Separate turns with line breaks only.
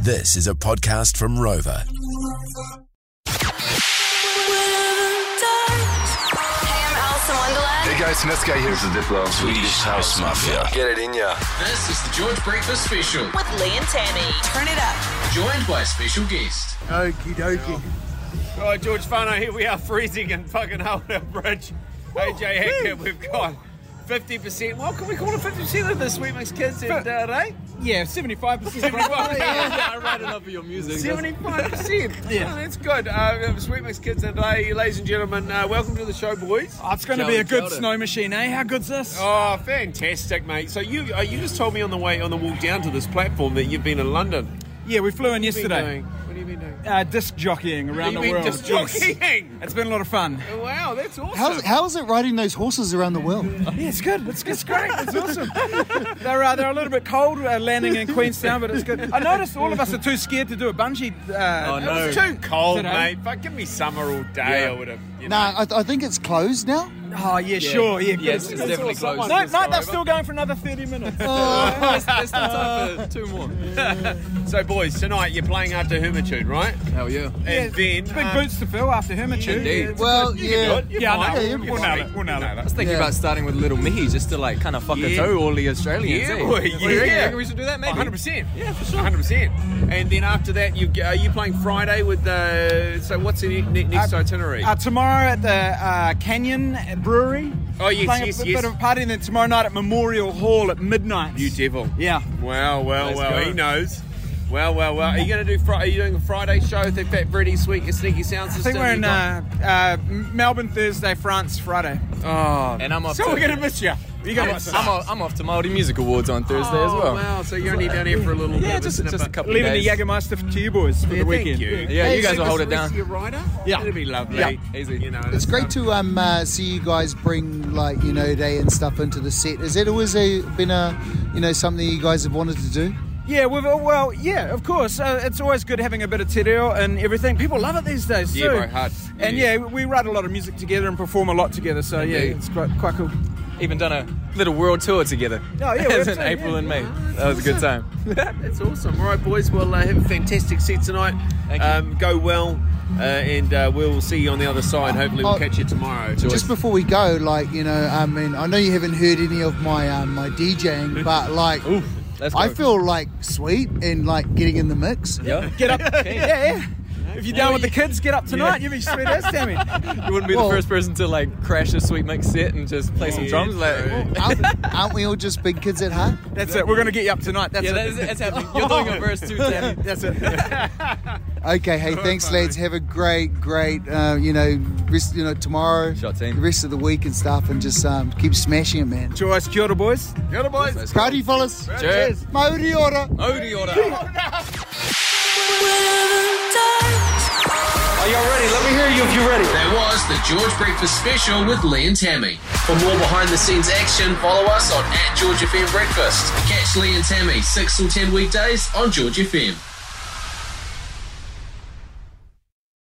This is a podcast from Rover.
Hey, I'm Alice in Wonderland.
Hey guys, Netsky here. This is Diplo.
Swedish House Mafia.
Get it in ya.
This is the George Breakfast Special,
With Lee and Tammy. Turn it up.
joined by special guest.
Okie dokie.
Right, George Fano, here we are freezing in fucking Holden Bridge. AJ Hackett, we've got 50%. Well, can we call it 50% of the Sweet Mix Kids and uh, Ray?
Yeah, 75%.
71.
I read enough of your music.
75%. yeah. Oh, that's good. Uh, Sweet Mix Kids and Ray, ladies and gentlemen, uh, welcome to the show, boys.
Oh, it's going to be a good snow machine, eh? How good's this?
Oh, fantastic, mate. So you uh, you just told me on the way, on the walk down to this platform that you've been in London.
yeah, we flew in
What have you been doing?
yesterday.
What have you been doing?
Uh, disc jockeying around
You've
the
been
world.
disc
Yes.
jockeying?
It's been a lot of fun.
Wow, that's awesome.
How's, how is it riding those horses around the world?
Yeah, it's good. It's, it's great. It's awesome. they're, uh, they're a little bit cold uh, landing in Queenstown, but it's good. I noticed all of us are too scared to do a bungee. Uh, oh,
it was too cold,
Today.
mate. Fuck, give me summer all day. I would have. You know.
Nah, Uh, I, I think it's closed now.
Oh, yeah, sure. Yeah,
Yes, it's definitely close.
No, no, they're still going for another 30 minutes.
Oh.
two more.
So, boys, tonight you're playing after Hermitude, right?
Hell yeah.
And then
Big
uh,
boots to fill after Hermitude.
Indeed.
Yeah, it's
Well,
good.
you can do
yeah.
it. You're
Yeah,
fine.
I know.
Yeah,
You're
you're
We'll
fine.
nail it. We'll nail
I
it.
was thinking
Yeah.
about starting with Little Me just to like kind of fuck
Yeah.
a toe all the Australians.
Yeah,
eh?
boy,
What do you reckon?
yeah.
Reckon we should do that, maybe.
100%. Yeah, for sure. 100%. And then after that, you are you playing Friday with the. So, what's the ne- ne- next
Uh,
itinerary?
Uh, tomorrow at the uh, Canyon Brewery.
Oh, yes,
playing
yes,
a bit,
yes.
bit of a party, and then tomorrow night at Memorial Hall at midnight.
you devil.
Yeah.
Wow, well,
Let's
well,
go.
he knows. Well, well, well. Are you going to do? Fri- are you doing a Friday show with that Fat Freddy Sweet Sneaky Sound
I
System?
think we're in
You got-
uh, uh, Melbourne Thursday, France Friday.
oh,
And I'm off.
So
to,
we're gonna miss you. You
I'm,
gonna miss us.
I'm off, I'm off to Māori Music Awards on Thursday as well.
Oh, wow. So you're only down here for a little. bit
Yeah,
of
just,
a
just a
snipper.
couple
Leaving
of days.
the Jagermeister to you boys for
Yeah,
the weekend.
Thank you.
Yeah,
Hey,
you guys
sing
will hold
us
it
the rest
down.
of Your rider?
Yeah.
it'll be lovely.
Yeah,
easy.
You know,
It's great
to.
to um, uh, see you guys bring like you know day and stuff into the set. Is it always a, been a you know something you guys have wanted to do?
Yeah, we've, oh, well, yeah, of course. Uh, it's always good having a bit of te reo and everything. People love it these days,
Yeah,
too.
bro, hard.
And
Yeah.
yeah, we write a lot of music together and perform a lot together, so yeah,
Indeed.
it's quite, quite cool.
Even done a little world tour together.
Oh, yeah, we have
in
to,
April
yeah.
and May. That was a good time.
That's awesome. All right, boys. Well, uh, have a fantastic set tonight.
Thank you.
Um, go well, uh, and uh, we'll see you on the other side. Hopefully, we'll
Oh.
catch you tomorrow.
Just before we go, like you know, I mean, I know you haven't heard any of my um, my DJing, but like
Let's go.
I feel like sweet and like getting in the mix.
Yeah.
Get up. yeah, yeah. If you're down with the kids, get up tonight. You'll be sweet as, Tammy.
You wouldn't be
Well-
the first person to like crash a sweet mix set and just play some
Yeah,
drums. Like,
true.
Aren't, aren't we all just big kids at heart?
That's it. We're going to get you up tonight. That's
yeah,
it.
that is, that's happening. You're doing a verse too, Tammy.
That's it.
Okay, hey, thanks, lads. Have a great, great, uh, you know, rest, you know, tomorrow,
Shot team.
the rest of the week and stuff, and just um, keep smashing it, man.
Joyce, kia ora, boys.
Good boys.
Proud of you, fellas.
Cheers.
Maori ora.
Odi order.
That was the George Breakfast Special with Lee and Tammy. For more behind the scenes action, follow us on at George FM Breakfast. Catch Lee and Tammy 6 till 10 weekdays on George FM.